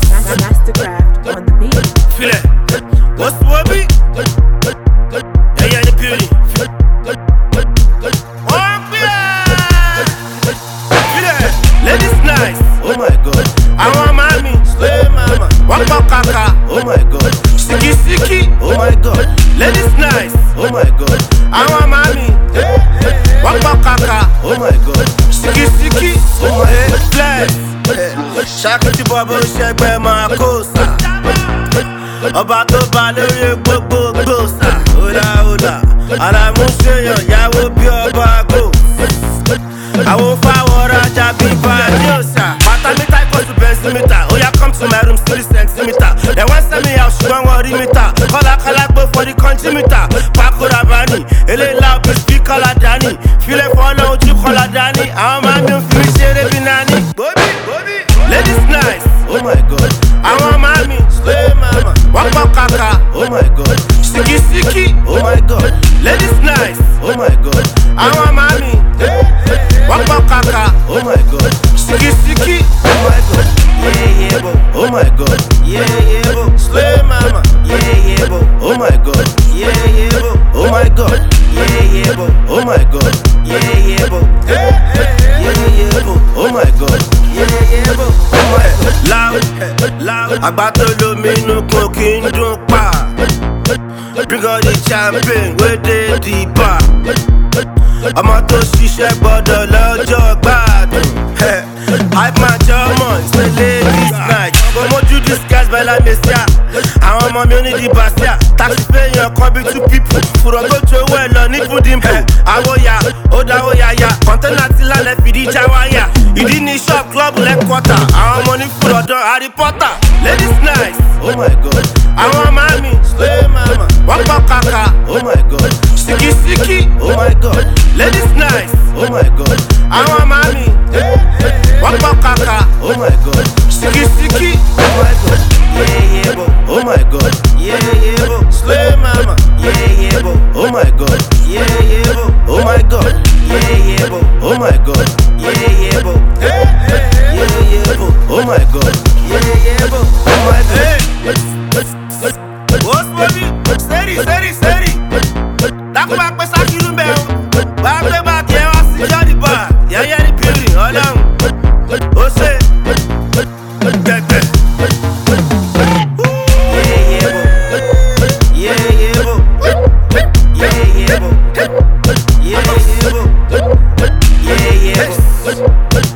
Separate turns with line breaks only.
Mastercraft on the beat.
Feel that? What's the word beat? Hey, yeah, the beauty. Oh, feel that? Feel that? Ladies nice.
Oh my god.
Àwọn màámi.
Slay mama.
Wọ́n pọ̀ kàkà.
Oh my god.
Sikisiki.
Oh my god.
Ladies nice.
Oh my god.
Àwọn màámi. Wọ́n pọ̀ kàkà.
Oh my god.
Sikisiki.
Oh my god.
Flex.
Ṣáàkì tí bọ́bọ́ ṣẹgbẹ́ máa kó sà. Ọba tó ba lórí gbogbo gbò sà. Húlà húlà. Àràmú ṣèyàn yáwó bí ọba àgò. Àwọn fáwọn rajà bí bàdí òsà.
Bàtà mi ta ikọ̀ ju bẹ̀nsímítà. Ó yà come to my room three centimetre. Ẹ wọ́n sẹ́ mi out ṣùgbọ́n wọn rí mi ta. Kọ́lákọ́lá gbé fọ́dí kọ́ńtímítà. Pákóra bani, eléyìí bí bí kọ́lá dání. Filẹ̀ fọ́lọ́ ojú kọ́lá dání. Àwọn máa mi ń fi mi ṣeré bí nání.
Bóbí bóbí.
Ladies nice,
Oh my god.
àwọn máa mi.
Slay mama.
Wọ́n pọ̀ kàkà,
Oh my god.
sikisiki.
Oh my god.
Ladies nice,
Oh my god.
àwọn máa mi. Wọ́n pọ̀ kàkà,
Oh my god.
sikisiki.
Oh my god. Yeah yeah bo. Oh my god. Yeah yeah bo.
Slay mama.
Yeah yeah bo. Oh my god. Yeah yeah bo. Oh my god. Yeah yeah bo. Oh my god. Yeah yeah bo. Yeah yeah bo. Oh my god. Yeah yeah bo. Oh my god.
Loud, loud,
Àgbàtó lomi inú kan kì í dùn pa. Bring all the champagne wey dey di bar. Ọmọ tó ṣiṣẹ́ gbọ́dọ̀ lọ́jọ́ gbádùn. Hype man jọmọ ṣe ladies night. Kò mójú disguise bẹ́lá mẹ́síà. Àwọn ọmọ mi ò ní di bàṣíà. Taxi fẹ́yàn kan bí two people. Fùrọ̀ tó ju owó ẹ̀ lọ ní Fúdìmpẹ̀. Àwòyà, ó dáwó yáyà. Kọ̀ńténà ti lálẹ́ fìdí já wáyà. Ìdí ni shop club lẹ́kọ̀ọ́tà. Àwọn ọmọ ní fùrọ̀ dán Harry Potter.
ladies nice,
Oh my god,
àwọn máa mi.
slay mama.
Wọ́n pọ̀ kàkà,
Oh my god,
sikisiki.
oh my god,
Ladies nice,
oh my god,
àwọn máa mi. Wọ́n pọ̀ kàkà,
oh my god,
sikisiki.
oh my god, yeah yeah bo. Oh my god, yeah yeah bo.
Slay mama,
Yeah yeah bo. Oh my god, yeah yeah bo. Oh my god, yeah yeah bo. Oh my god, yeah yeah bo. Yeah yeah bo. Oh my god, yeah yeah bo. Oh my god.
hey. What's baby? Steady, steady, steady. Dákun bá pẹ́ sákìrú mbẹ́ o. Bá a pé bá a kí ẹ wá sí Jọ́dí bá. Yẹ́yẹ́ ní pírì ọlọ́run. Ó ṣe gbẹ̀gbẹ̀.
Yeah yeah bo. Yeah yeah bo. Yeah yeah bo. Yeah yeah bo. Yeah yeah bo. Oh Oh Oh Oh